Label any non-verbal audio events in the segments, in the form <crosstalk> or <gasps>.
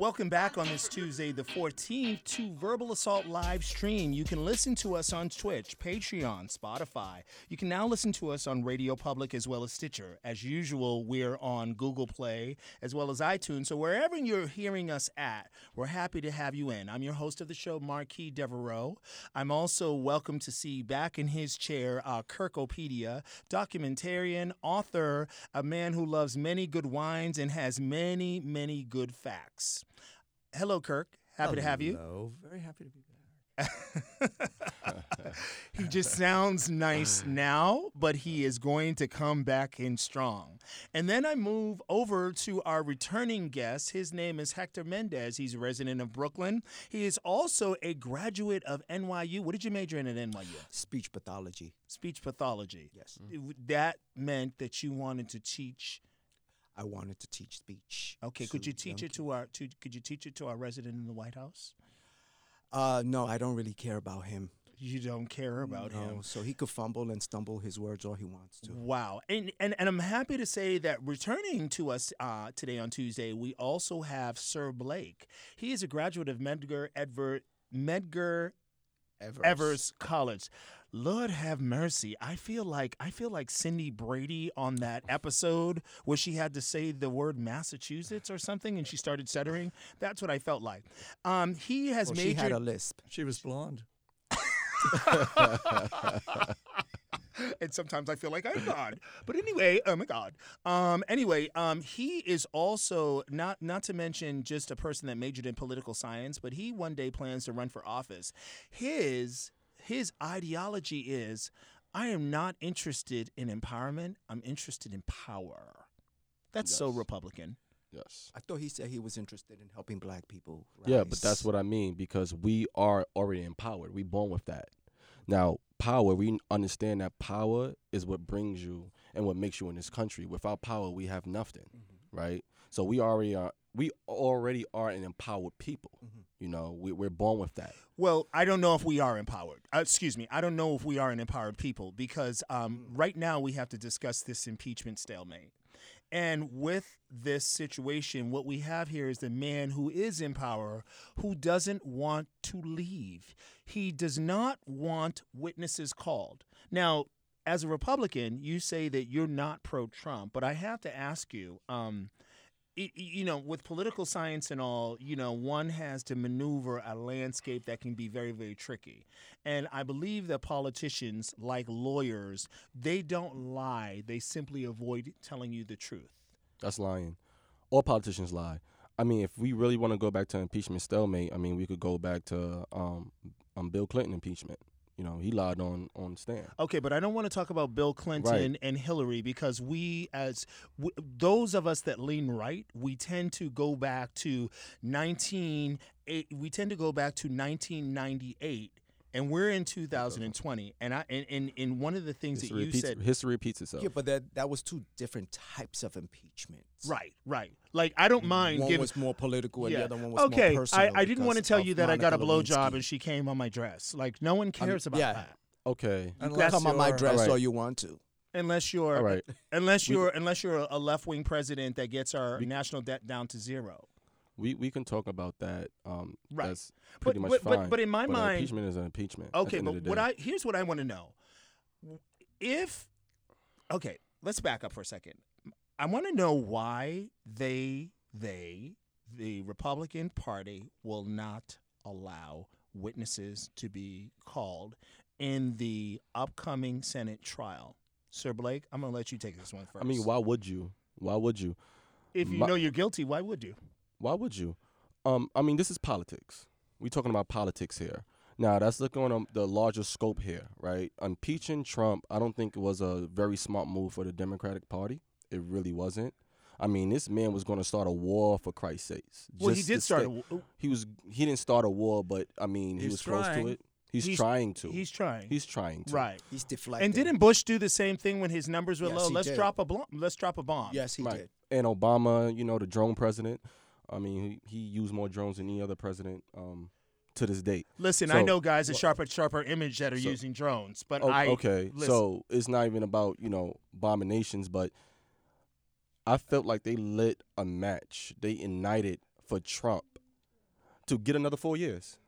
Welcome back on this Tuesday, the 14th, to Verbal Assault live stream. You can listen to us on Twitch, Patreon, Spotify. You can now listen to us on Radio Public as well as Stitcher. As usual, we're on Google Play as well as iTunes. So wherever you're hearing us at, we're happy to have you in. I'm your host of the show, Marquis Devereaux. I'm also welcome to see back in his chair, uh, Kirkopedia, documentarian, author, a man who loves many good wines and has many, many good facts. Hello, Kirk. Happy to have you. Hello. Very happy to be back. He just sounds <sighs> nice now, but he is going to come back in strong. And then I move over to our returning guest. His name is Hector Mendez. He's a resident of Brooklyn. He is also a graduate of NYU. What did you major in at NYU? Speech pathology. Speech pathology. Yes. It- That meant that you wanted to teach. I wanted to teach speech. Okay, could you teach it to our to, could you teach it to our resident in the White House? Uh, no, I don't really care about him. You don't care about him. No, so he could fumble and stumble his words all he wants to. Wow. And, and and I'm happy to say that returning to us uh, today on Tuesday, we also have Sir Blake. He is a graduate of Medgar Edver, Medgar Ever. Evers College. Lord have mercy. I feel like I feel like Cindy Brady on that episode where she had to say the word Massachusetts or something and she started stuttering. That's what I felt like. Um, he has Well, majored she had a lisp. She was blonde. and sometimes I feel like I'm God. But anyway, oh my God. Um, anyway, um, he is also not not to mention just a person that majored in political science, but he one day plans to run for office. His his ideology is, I am not interested in empowerment. I'm interested in power. That's so Yes. Republican. Yes. I thought he said he was interested in helping black people. Yeah, but that's rise. what I mean because we are already empowered. We born with that. Now, power, we understand that power is what brings you and what makes you in this country. Without power, we have nothing, Mm-hmm. right? So we already are we already are an empowered people. You know, we, we're born with that. Well, I don't know if we are empowered. Uh, excuse me. I don't know if we are an empowered people because um, right now we have to discuss this impeachment stalemate. And with this situation, what we have here is the man who is in power who doesn't want to leave. He does not want witnesses called. Now, as a Republican, you say that you're not pro Trump, but I have to ask you. Um, it, you know, with political science and all, you know, one has to maneuver a landscape that can be very, very tricky. And I believe that politicians, like lawyers, they don't lie. They simply avoid telling you the truth. That's lying. All politicians lie. I mean, if we really want to go back to impeachment stalemate, I mean, we could go back to um, um Bill Clinton impeachment. You know, he lied on on stand. Okay, but I don't want to talk about Bill Clinton and Hillary because we, as w- those of us that lean right, we tend to go back to 19. eh, We tend to go back to 1998, and we're in 2020. And I, and, and, and one of the things that History, you repeats, said, history repeats itself. Yeah, but that that was two different types of impeachment. Right, right. Like I don't mind Mm, One giving. was more political, and yeah. the other one was okay, more personal. I, I didn't because want to tell of you that I got a Monica blowjob Lewinsky. and she came on my dress. Like no one cares about yeah. that Okay. Unless Come on my you're- dress Alright. all you want to. unless you're All right. unless We- you're unless you're a left wing president that gets our national debt down to zero. We we can talk about that. Um, Right. That's pretty But- much but- but- fine. but in my an mind- impeachment is an impeachment. at the Okay, end of but the what day. I here's what I want to know. If okay, let's back up for a second. I want to know why they they the Republican Party will not allow witnesses to be called in the upcoming Senate trial. Sir Blake, I'm going to let you take this one first. I mean, why would you? Why would you? if you my- know you're guilty, why would you? Why would you? Um, I mean, this is politics. We're talking about politics here. Now, that's looking on um, the larger scope here, right? Impeaching Trump, I don't think it was a very smart move for the Democratic Party. It really wasn't. I mean, this man was going to start a war for Christ's sakes. Well, he Just did to start a stay- w- He was. He didn't start a war, but I mean, he He's was close trying. to it. He's, He's- trying to. He's trying. He's trying to. right. He's deflecting. And didn't Bush do the same thing when his numbers were Yes, low? he Let's did. drop a bomb. Let's drop a bomb. Yes, he Right. did. And Obama, you know, the drone president. I mean, he, he used more drones than any other president um, to this date. Listen, I So- know guys at Sharper Sharper Image that are So- using drones, but O- I okay, listen. so it's not even about you know abominations, but I felt like they lit a match. They ignited for Trump to get another four years.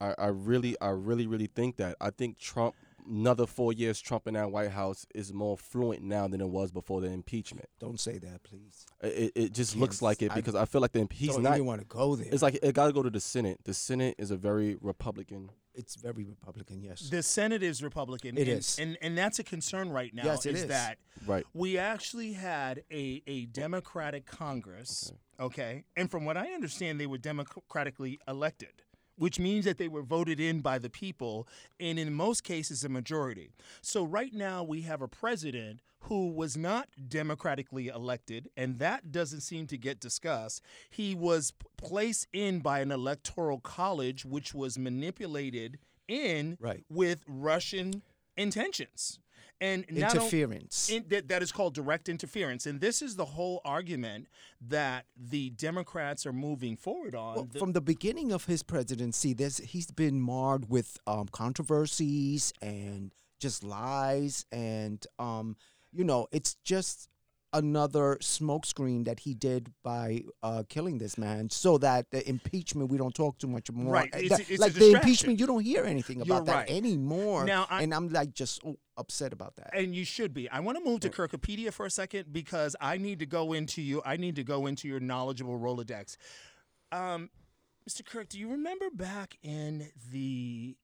I, I really, I really, really think that. I think Trump, another four years, Trump in that White House is more fluent now than it was before the impeachment. Don't say that, please. I- It, it just looks Yes, like it I- because I, feel like the imp- he's Don't not. even want to go there. It's like it got to go to the Senate. The Senate is a very Republican. It's very Republican. Yes. The Senate is Republican. It and, is. and and that's a concern right now. Yes, it is is. that Right. we actually had a a Democratic Congress, okay. and from what I understand, they were democratically elected, which means that they were voted in by the people, and in most cases, a majority. So right now, we have a president who was not democratically elected, and that doesn't seem to get discussed. He was p- placed in by an electoral college, which was manipulated in Right. with Russian intentions. And not on- Interference. in, that, that is called direct interference. And this is the whole argument that the Democrats are moving forward on. Well, The- from the beginning of his presidency, there's he's been marred with um, controversies and just lies, and um, you know, it's just another smokescreen that he did by uh, killing this man, so that the impeachment we don't talk too much more. Right, Uh, it's- that- it's a like the distraction. impeachment, you don't hear anything You're about that right. anymore. Now, I- and I'm like just oh, upset about that. and you should be. I want to move to Kirkopedia for a second because I need to go into you. I need to go into your knowledgeable Rolodex. Um, Mr. Kirk, do you remember back in the,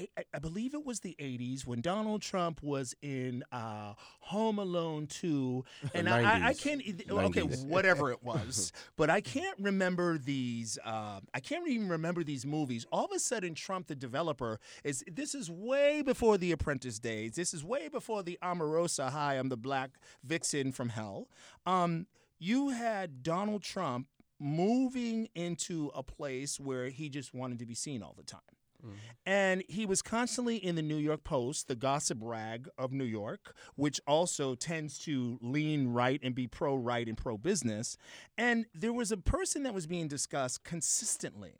I- I- I believe it was the 80s when Donald Trump was in uh, Home Alone 2. And I, I, I 90s. can't, e- okay, 90s. whatever it was, but I can't remember these, uh, I can't even remember these movies. All of a sudden, Trump, the developer, is, this is way before the Apprentice days. This is way before the Omarosa, hi, I'm the black vixen from hell. Um, you had Donald Trump moving into a place where he just wanted to be seen all the time. Mm. And he was constantly in the New York Post, the gossip rag of New York, which also tends to lean right and be pro right and pro business. And there was a person that was being discussed consistently,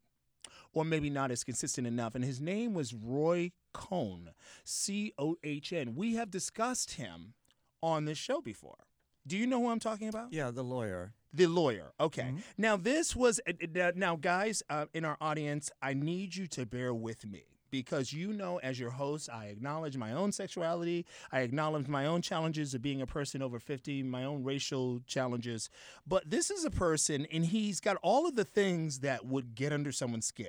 or maybe not as consistent enough, and his name was Roy Cohn, C O H N. We have discussed him on this show before. Do you know who I'm talking about? Yeah, the lawyer. Mm-hmm. The lawyer. Okay. Now this was uh, uh, now, guys uh, in our audience. I need you to bear with me because you know, as your host, I acknowledge my own sexuality. I acknowledge my own challenges of being a person over fifty, my own racial challenges. But this is a person, and he's got all of the things that would get under someone's skin.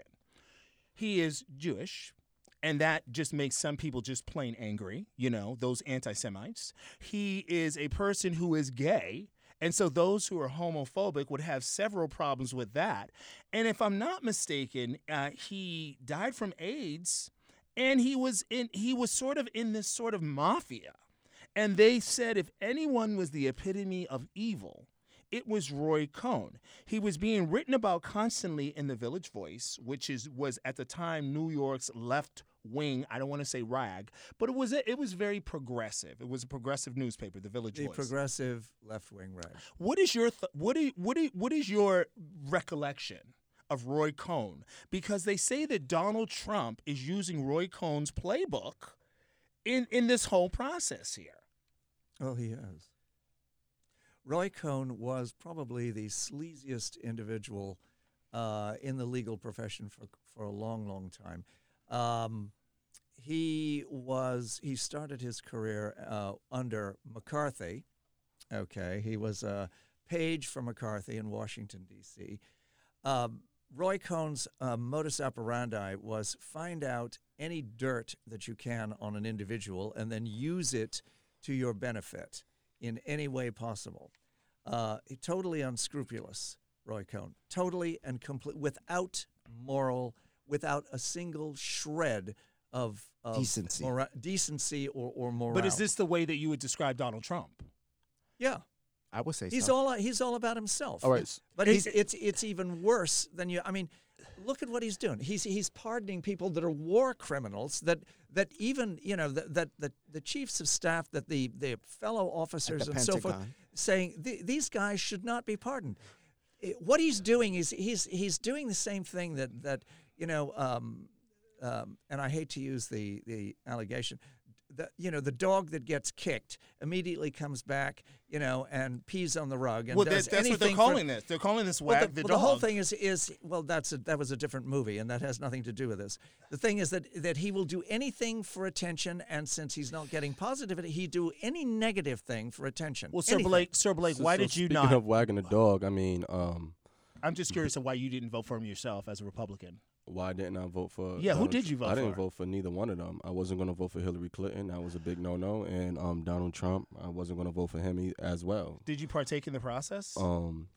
He is Jewish. And that just makes some people just plain angry, you know, those anti Semites. He is a person who is gay. And so those who are homophobic would have several problems with that. And if I'm not mistaken, uh, he died from AIDS and he was in he was sort of in this sort of mafia. And they said if anyone was the epitome of evil, it was Roy Cohn. He was being written about constantly in the Village Voice, which is was at the time New York's left wing. I don't want to say rag, but it was it was very progressive. It was a progressive newspaper, the Village The Voice. progressive left wing right. What is your th- what is, what is, what is your recollection of Roy Cohn? Because they say that Donald Trump is using Roy Cohn's playbook in in this whole process here. Oh, he has. Roy Cohn was probably the sleaziest individual uh, in the legal profession for, for a long, long time. Um, he was he started his career uh, under McCarthy. Okay, he was a page for McCarthy in Washington D.C. Um, Roy Cohn's uh, modus operandi was find out any dirt that you can on an individual and then use it to your benefit in any way possible. Uh, totally unscrupulous, Roy Cohn. Totally and complete, without moral, without a single shred of, of Decency. mora- decency or, or morale. But is this the way that you would describe Donald Trump? Yeah, I would say he's so. all uh, he's all about himself. All right. s- But he's, it's it's even worse than you. I mean, look at what he's doing. He's he's pardoning people that are war criminals. That that even you know that that, that the chiefs of staff, that the the fellow officers and so forth, Pentagon. saying "The- these guys should not be pardoned. Eh, What he's doing is he's he's doing the same thing that that you know. Um, um, and I hate to use the the allegation. the you know the dog that gets kicked immediately comes back, you know, and pees on the rug and well, does that, that's what they're anything for- calling this. They're calling this well, the, wag the, well, dog. the whole thing is is well, that's a, that was a different movie, and that has nothing to do with this. The thing is that that he will do anything for attention, and since he's not getting positivity, he do any negative thing for attention. Well, Sir anything. Blake, Sir Blake, So- why so did you speaking not? of wagging the dog, I mean, um, I'm just curious of why you didn't vote for him yourself as a Republican. why didn't I vote for? Yeah, who Donald did you Trump? vote I didn't for? vote for neither one of them. I wasn't going to vote for Hillary Clinton. That was a big no-no, and um, Donald Trump. I wasn't going to vote for him e- as well. Did you partake in the process? Um,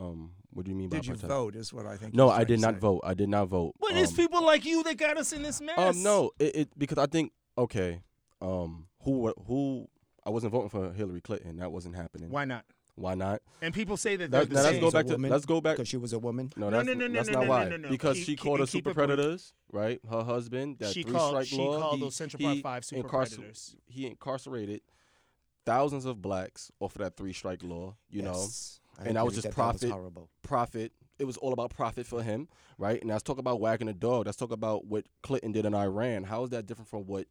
um, what do you mean by Did you partake? vote? Is what I think. No, he's I trying did to not say. vote. I did not vote. but it's Um, people like you that got us in this mess. Um, no, it, it because I think okay, um, who wa- who I wasn't voting for Hillary Clinton. That wasn't happening. Why not? Why not? And people say that. That, they're the now let's same. go She's a back to woman. let's go back. because she was a woman. No, No, that's, no, no, no, that's no, not no, why. no, no, no. Because Keep- she keep- called us keep super it brief. predators, right? Her husband, that She three called- strike she law. called he, those Central Park he Five super incarcer- predators. He incarcerated thousands of blacks off of that three strike law. You know, Yes. and I was agree just that That profit. was horrible. profit. It was all about profit for him, right? And let's talk about wagging the dog. Let's talk about what Clinton did in Iran. How is that different from what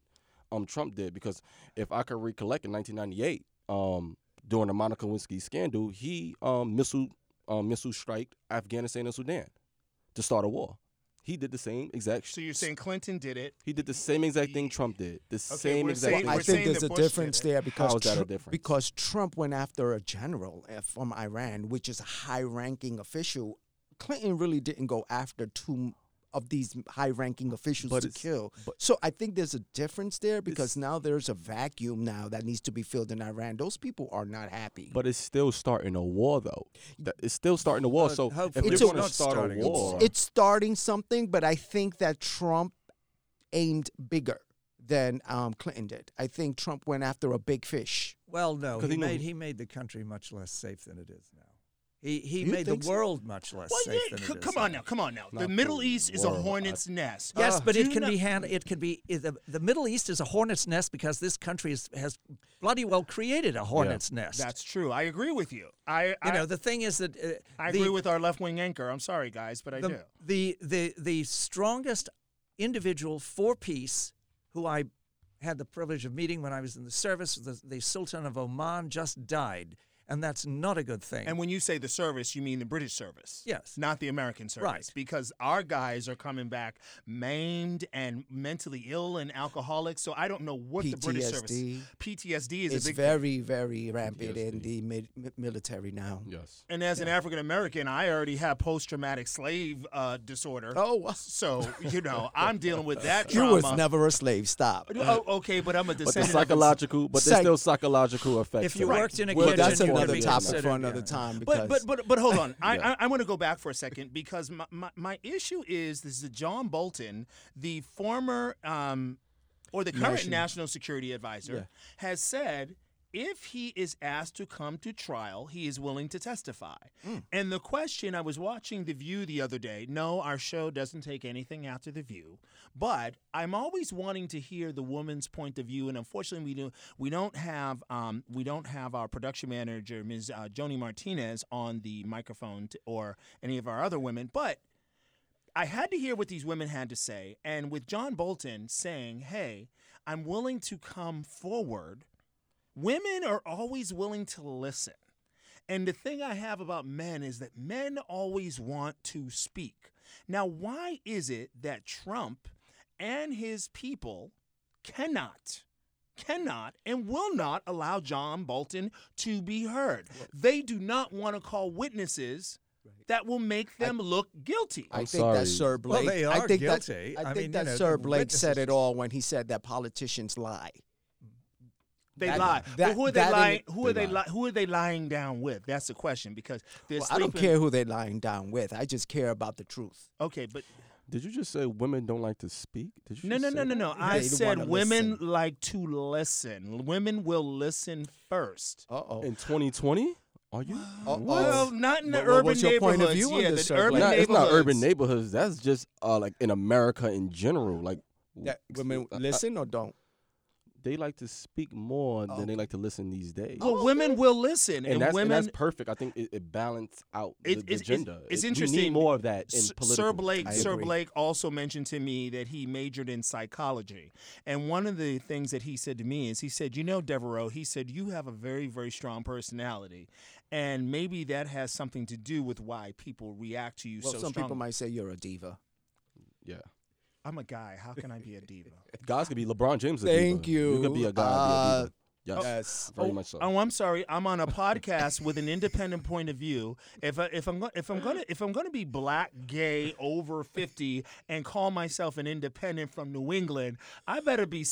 um Trump did? Because if I could recollect in 1998, um, during the Monica Lewinsky scandal, he um missile um missile striked Afghanistan and Sudan to start a war. He did the same exact. So you're saying Clinton did it? he did the same exact thing Trump did. The same we're exact saying- thing. I we're think saying there's that a Bush did difference it. there because How is that a Tru- difference? because Trump went after a general uh, from Iran, which is a high-ranking official. Clinton really didn't go after two m- of these high-ranking officials But to it's- kill. but- so I think there's a difference there It's- because now there's a vacuum now that needs to be filled in Iran. Those people are not happy. But it's still starting a war, though. That- It's still starting a war. But So if hopefully it's you're a- going to not start a starting a war, war. it's starting something, but I think that Trump aimed bigger than um, Clinton did. I think Trump went after a big fish. Well, no, 'Cause he, he knew- made he made the country much less safe than it is now. He he You made the think so? world much less Well, safe yeah, than c- it is. come on now, come on now. The Not Middle the East is a world. hornet's nest. Yes, but Do it can not- be hand. It can be i- the, the Middle East is a hornet's nest because this country is, has bloody well created a hornet's nest. That's true. I agree with you. I I, you know the thing is that uh, I the, agree with our left wing anchor. I'm sorry, guys, but I do. the, the the the strongest individual for peace who I had the privilege of meeting when I was in the service. The, the Sultan of Oman just died, and that's not a good thing. And when you say the service, you mean the British service. Yes. Not the American service. Right. Because our guys are coming back maimed and mentally ill and alcoholic. So I don't know what the British service PTSD. PTSD is it's a big very, very rampant in PTSD. the mi- mi- military now. yes. and as an African American, I already have post traumatic slave uh, disorder. Oh, wow. So, you know, I'm dealing with that you trauma. was never a slave. Stop. Oh, okay, but I'm a But the descendant. of a- psychological, but there's Psych- still psychological effects. if you to it. worked in a Well, kitchen, that's you'd be another topic considered- for another yeah. time. Because But, but but but hold on. I, Yeah. I I want to go back for a second because my, my, my issue is this is John Bolton, the former um, or the current National- national security advisor, has said if he is asked to come to trial, he is willing to testify. And the question I was watching The View the other day. No, our show doesn't take anything after The View, but I'm always wanting to hear the woman's point of view. And unfortunately, we do we don't have um, we don't have our production manager Ms. Uh, Joni Martinez on the microphone t- or any of our other women, but. I had to hear what these women had to say. And with John Bolton saying, hey, I'm willing to come forward, women are always willing to listen. And the thing I have about men is that men always want to speak. Now, why is it that Trump and his people cannot? Cannot and will not allow John Bolton to be heard. They do not want to call witnesses that will make them look guilty. I I'm think sorry. that Sir Well, Blake. they I are think guilty. That, I I think mean, you that know, Sir the Blake said witnesses- it all when he said that politicians lie. They That- lie. but that- who are they that lying? ain't- Who are they they? lie. Li- who are they lying down with? That's the question because they're Well, I don't sleeping- care who they're lying down with. I just care about the truth. Okay, but Did you just say women don't like to speak? Did you no, just no, say no, no, that? no. I They said wanna women listen. like to listen. Women will listen first. Uh oh. In 2020, <gasps> are you? Oh, Well, not in the What- what urban was your point neighborhoods. of view on yeah, this, the sir? urban Blake? Nah, it's not urban neighborhoods. neighborhoods. That's just uh, like in America in general. Like That women I- I- listen or don't. they like to speak more than they like to listen these days. Well, Oh. Oh. women will listen, and, and, that's, women. and that's perfect. I think it, it balances out the, It- the it's- it's- gender. it's It- We interesting. need more of that in S- political. Sir Blake, I Sir agree. Blake also mentioned to me that he majored in psychology, and one of the things that he said to me is, he said, "You know, Devereaux, he said you have a very, very strong personality, and maybe that has something to do with why people react to you Well, so some strongly." people might say you're a diva. Yeah, I'm a guy. How can I be a diva? guys could be LeBron James. a Thank diva. You could be you. a guy. be a diva. Yes, Yes. very Uh, Oh, much so. Oh, I'm sorry. I'm on a podcast with an independent point of view. If I, if I'm go- if I'm gonna if I'm gonna be black, gay, over fifty, and call myself an independent from New England, I better be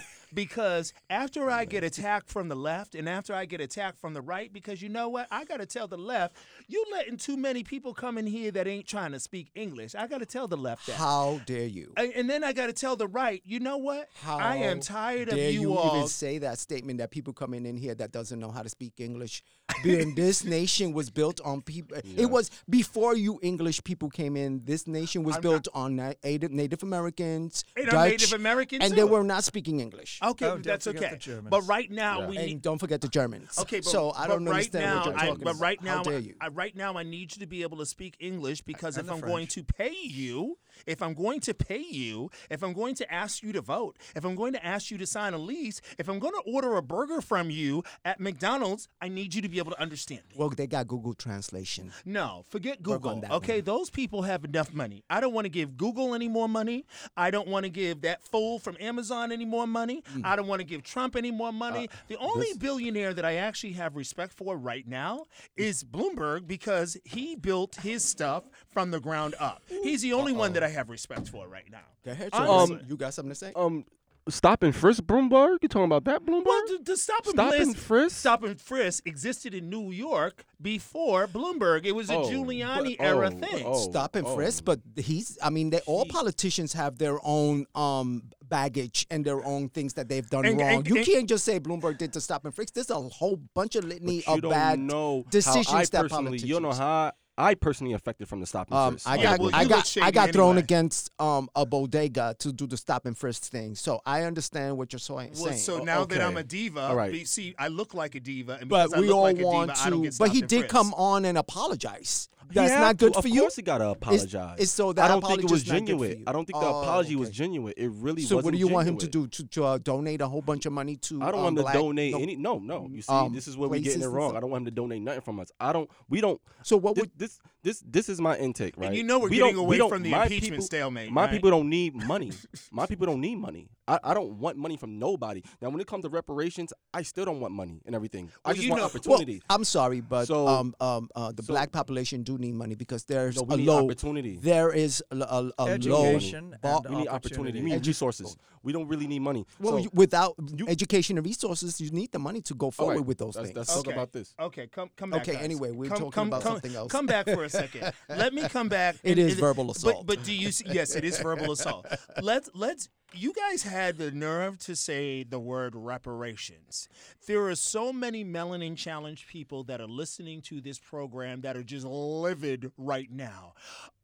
something. Because after I get attacked from the left, and after I get attacked from the right, because you know what, I gotta tell the left, you letting too many people come in here that ain't trying to speak English. I gotta tell the left that. How dare you? And and then I got to tell the right, you know what? How I am tired of dare you, all even say that statement that people coming in here that doesn't know how to speak English. <laughs> Being this nation was built on people. It was before you English people came in. This nation was built on na- Native, Native Americans, And I'm Dutch, Native American, and too. they were not speaking English. Okay, Oh, but don't that's forget the okay. But Germans. right now Yeah. we and need. don't forget the Germans. Okay, but, so I but don't right understand now, what you're I, talking But about. right how now, dare you? I, right now, I need you to be able to speak English because and if the I'm going French. to pay you, if I'm going to pay you, if I'm going to ask you to vote, if I'm going to ask you to sign a lease, if I'm going to order a burger from you at McDonald's, I need you to be able to understand me. well, they got Google translation. No, forget Work on Google. that Okay, one. those people have enough money. I don't want to give Google any more money. I don't want to give that fool from Amazon any more money. I don't want to give Trump any more money. the only Mm. Uh, this- billionaire that I actually have respect for right now is Bloomberg because he built his stuff from the ground up. He's the only one that I have respect for right now. Go ahead, Um, Travis. you got something to say? um, stop and frisk Bloomberg. You talking about that Bloomberg? Well, the, the stop and Stop frisk, and frisk? stop and frisk existed in New York before Bloomberg. It was a Oh, but- Giuliani era oh, thing. oh. stop and frisk, but he's. I mean, they all politicians have their own um baggage and their own things that they've done And- wrong. and- you and- can't just say Bloomberg did to stop and frisk. There's a whole bunch of litany you of don't bad know decisions how I that personally, politicians. you don't know how I personally affected from the stop and um, frisk. I Yeah, got well, I you look got shady I got thrown anyway. against um, a bodega to do the stop and frisk thing, so I understand what you're so- saying. Well, so now that I'm okay. a diva, All right. be- see, I look like a diva, and because but we I look all like a want diva, I don't to. get But he stopped and did frisked. come on and apologize. He That's had not good to. for of you. course, he gotta apologize. it's so that I don't think it apology's was not good for genuine. you. I don't think the Oh, apology was okay. genuine. It really So wasn't. what do you want him to genuine. do? To, to uh, donate a whole bunch of money to? I don't um, want him to black- donate no. any. No, no. mm, You see, um, this is where we're places getting it and wrong. stuff. I don't want him to donate nothing from us. I don't. We don't. So what thi- would? this this this is my intake, right? you know we're We getting don't- we away don't- from the my impeachment people- stalemate, My right? people don't need <laughs> money. my people don't need money. I, I don't want money from nobody. Now, when it comes to reparations, I still don't want money and everything. I Well, just you want know- Well, opportunity. I'm sorry, but So- um, um, uh, the so- black population do need money because there's No, we a need low opportunity. There is a, l- a- a low. Education and bar- we need opportunity. We need Edu- resources. We don't really need money. Well, So- you- without you- education and resources, you need the money to go All forward right, with those let's- things. Let's talk Okay. about this. Okay, come come back. Okay, guys. anyway, we're come, talking come, about come, something else. Come back <laughs> for a second. Let me come back. It and- is and- verbal assault. But, but do you? s- Yes, it is <laughs> verbal assault. Let's let's. You guys had the nerve to say the word reparations. There are so many melanin challenged people that are listening to this program that are just livid right now.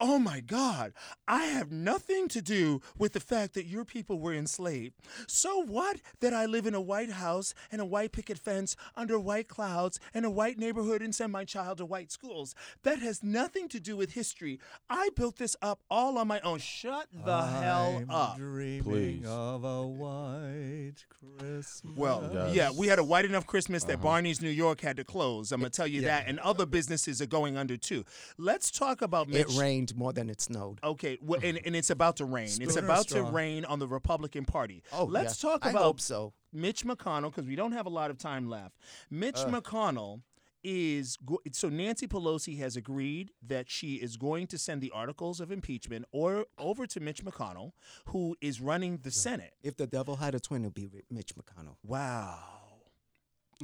Oh my God, I have nothing to do with the fact that your people were enslaved. So what that I live in a white house and a white picket fence under white clouds and a white neighborhood and send my child to white schools? That has nothing to do with history. I built this up all on my own. Shut the hell I'm up. Dreaming Please. of a white Christmas. Well, Yes. yeah, we had a white enough Christmas that Barney's New York had to close. I'm gonna tell you that, and other businesses are going under too. Let's talk about It Mitch. rained more than it snowed. Okay, well, and, and it's about to rain. it's Spoon or about to straw? rain on the Republican Party. Oh, let's yeah. talk I hope about so. Mitch McConnell because we don't have a lot of time left. Mitch McConnell is go- so Nancy Pelosi has agreed that she is going to send the articles of impeachment or over to Mitch McConnell, who is running the Senate. If the devil had a twin, it'd be Ri- Mitch McConnell. Wow.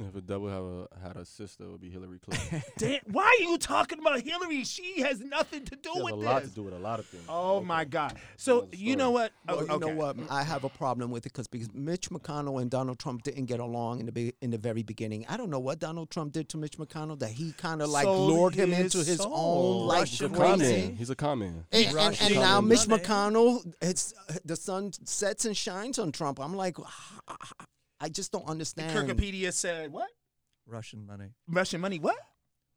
If a devil have a, had a sister, it would be <laughs> Hillary Clinton. Dan- why are you talking about Hillary? She has nothing to do She has with a this. lot to do with a lot of things. Oh my God! So Another you know story. what? Well, Oh, you know okay. what? I have a problem with it because because Mitch McConnell and Donald Trump didn't get along in the be- in the very beginning. I don't know what Donald Trump did to Mitch McConnell that he kind of like Sold lured him his into his soul. own like He's a Russian con crazy. man. He's a con man. And, and- and Russian now Mitch money. McConnell, it's the sun sets and shines on Trump. I'm like, I just don't understand. Kirkopedia said what? Russian money. Russian money? What?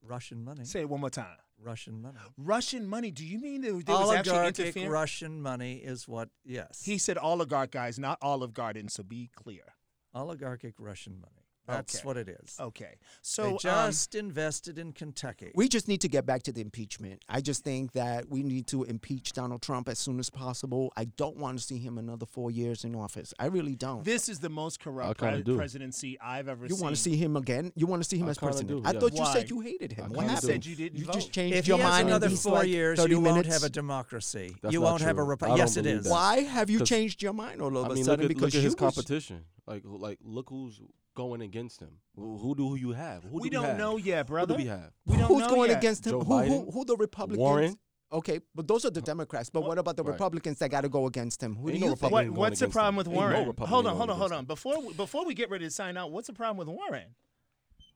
Russian money. Say it one more time. Russian money. Russian money? Do you mean there, there was actually Oligarchic interference? Russian money is what, yes. He said oligarch guys, not Olive Garden. So be clear. Oligarchic Russian money. That's Okay. what it is. Okay. They So um, just invested in Kentucky. We just need to get back to the impeachment. I just think that we need to impeach Donald Trump as soon as possible. I don't want to see him another four years in office. I really don't. um, This is the most corrupt I kinda pre- do. presidency I've ever you seen. want to see him again? You want to see him I as kinda president? do, I yeah. thought you Why? said you hated him. I What kinda You happened? do. said you didn't You vote. just changed if your he mind. has in another these, four like, years, 30 you won't minutes. have a democracy. That's you not won't have a true. I don't republic. Yes, it believe is. that. Why have you 'Cause- changed your mind all of I a mean, look sudden? at, because look at you his was- competition. Like, who- like, look who's going against him. Who, who do you have? Who we do we don't have? know yet, brother. Who do we have? We don't Who's know going yet. against him? Joe who, who, Biden? who the Republicans? Warren? Okay, but those are the Democrats. But what about the Right. Republicans that got to go against him? Who Ain't do no you think? What, Republican going what's the against problem him. with Ain't no Warren? Republican hold on, going hold on, hold against on. him. Before we- before we get ready to sign out, what's the problem with Warren?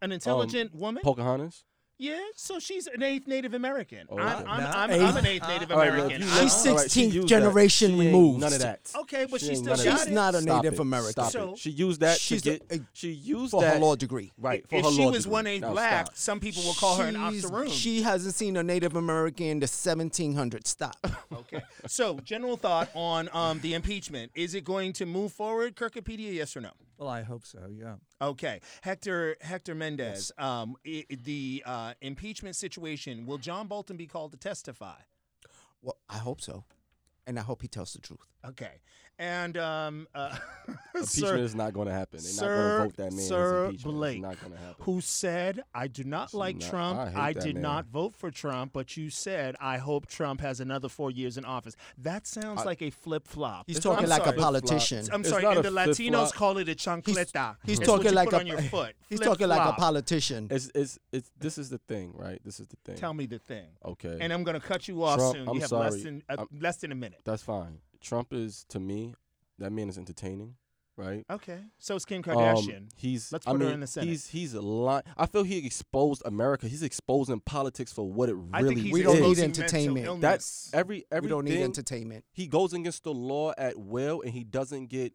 An intelligent woman? Pocahontas? yeah, so she's an eighth Native American. Oh, I'm, okay. I'm, Nah. I'm, I'm an Eighth? eighth Native All right, well, American. if you I She's All don't- right, she 16th used that. generation She ain't removed. None of that. Okay, but she ain't still none of got that. She's it. not a Stop Native it. American. Stop it. So- She used that She's to get. a- she used for that her law degree. Right. For if her she law was degree. one eighth Now, black, stop. some people will call her an She's- octoroon. She hasn't seen a Native American in the 1700s. Stop. Okay. So, general thought on um, the impeachment: Is it going to move forward, Kirkopedia? Yes or no? Well, I hope so. Yeah. Okay, Hector Hector Mendez. Um, i i- the uh, impeachment situation. Will John Bolton be called to testify? Well, I hope so. And I hope he tells the truth. Okay, and um, uh, <laughs> Impeachment sir, is not going to happen. They're Sir- not going to vote that man. as Sir impeachment. Blake, It's not going to happen. who said, "I do not So like not- Trump. I hate I, that did man." not vote for Trump." But you said, "I hope Trump has another four years in office." That sounds I- like a flip flop. He's It's not talking a like a flip-flop. politician. I'm It's sorry, not and the a Latinos flip-flop. call it a chancleta. It's he's what you talking like put a <laughs> on your foot. He's talking like a Flip-flop. politician. It's, it's, it's, this is the thing, right? This is the thing. Tell me the thing. Okay. And I'm going to cut you off Trump, soon. I'm you have less sorry. than uh, I'm- less than a minute. That's fine. Trump is, to me, that man is entertaining, right? Okay. So it's Kim Um, Kardashian. he's. Let's I put her mean, in the Senate. He's he's a lie. I feel he exposed America. He's exposing politics for what it really I think he's We don't is. need exposing entertainment. mental illness. That's every We everything. don't need entertainment. he goes against the law at will, and he doesn't get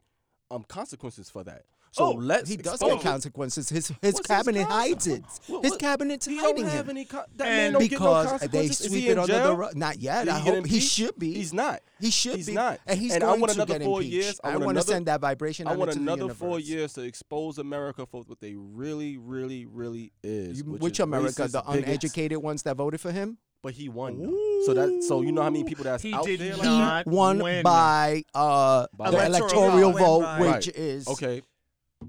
um consequences for that. Oh, So let's He does expose get it. consequences. His his What's his cabinet con- hides it. What- His what- cabinet's He hiding don't have him. any. Con- that And man don't because get no they consequences. Is sweep he it in under jail? the rug. Not yet. Did I he get hope he impeached? should be. He's not. He should He's be. not. And he's And I going want to another get four impeached. years. I I want want to another- send that vibration. I out want into another the four universe. years to expose America for what they really, really, really is. You- which which is America? racist, The bigots, uneducated ones that voted for him. But he won. though. So that so you know how many people that's He out did He there. Like, He that? Not won win. by, uh, By the what? electoral Electoral vote, win by- which Right. is okay,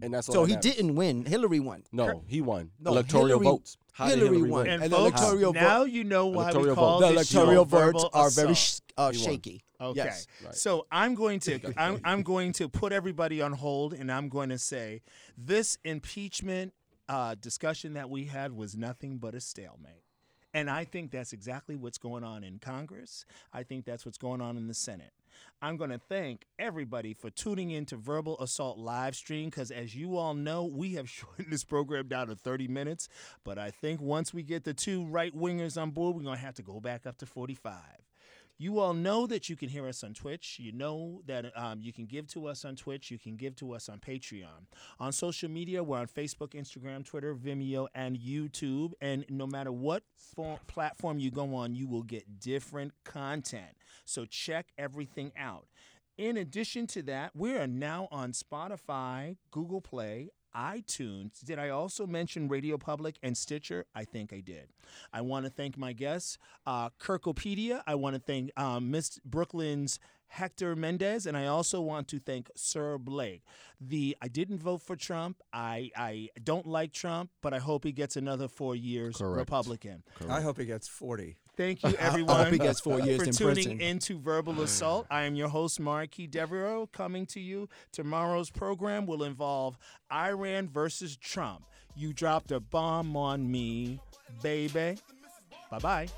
and that's all. So that he matters. didn't win. Hillary won. No, he won. No, electoral Hillary- votes. How did Hillary Hillary won. win? and an folks, electoral now vote. you know why we Electoral call the vote. this electoral show votes verbal are very assault. sh- uh, He won. shaky. Okay. Yes. Right. So I'm going to I'm, I'm going to put everybody on hold and I'm going to say this impeachment uh, discussion that we had was nothing but a stalemate. And I think that's exactly what's going on in Congress. I think that's what's going on in the Senate. I'm going to thank everybody for tuning in to Verbal Assault live stream because, as you all know, we have <laughs> shortened this program down to 30 minutes. But I think once we get the two right wingers on board, we're going to have to go back up to 45. You all know that you can hear us on Twitch. You know that um, you can give to us on Twitch. You can give to us on Patreon. On social media, we're on Facebook, Instagram, Twitter, Vimeo, and YouTube. And no matter what form, platform you go on, you will get different content. So check everything out. In addition to that, we are now on Spotify, Google Play, iTunes. Did I also mention Radio Public and Stitcher? I think I did. I want to thank my guests, uh, Kirkopedia. I want to thank um, Miss Brooklyn's Hector Mendez, and I also want to thank Sir Blake. The I didn't vote for Trump. I I don't like Trump, but I hope he gets another four years Correct. Republican. I hope he gets 40. Thank you, <laughs> I hope everyone. uh, he gets four years for in tuning prison. into Verbal Assault. I am your host, Marquis Devereaux, coming to you. Tomorrow's program will involve Iran versus Trump. You dropped a bomb on me, baby. Bye bye.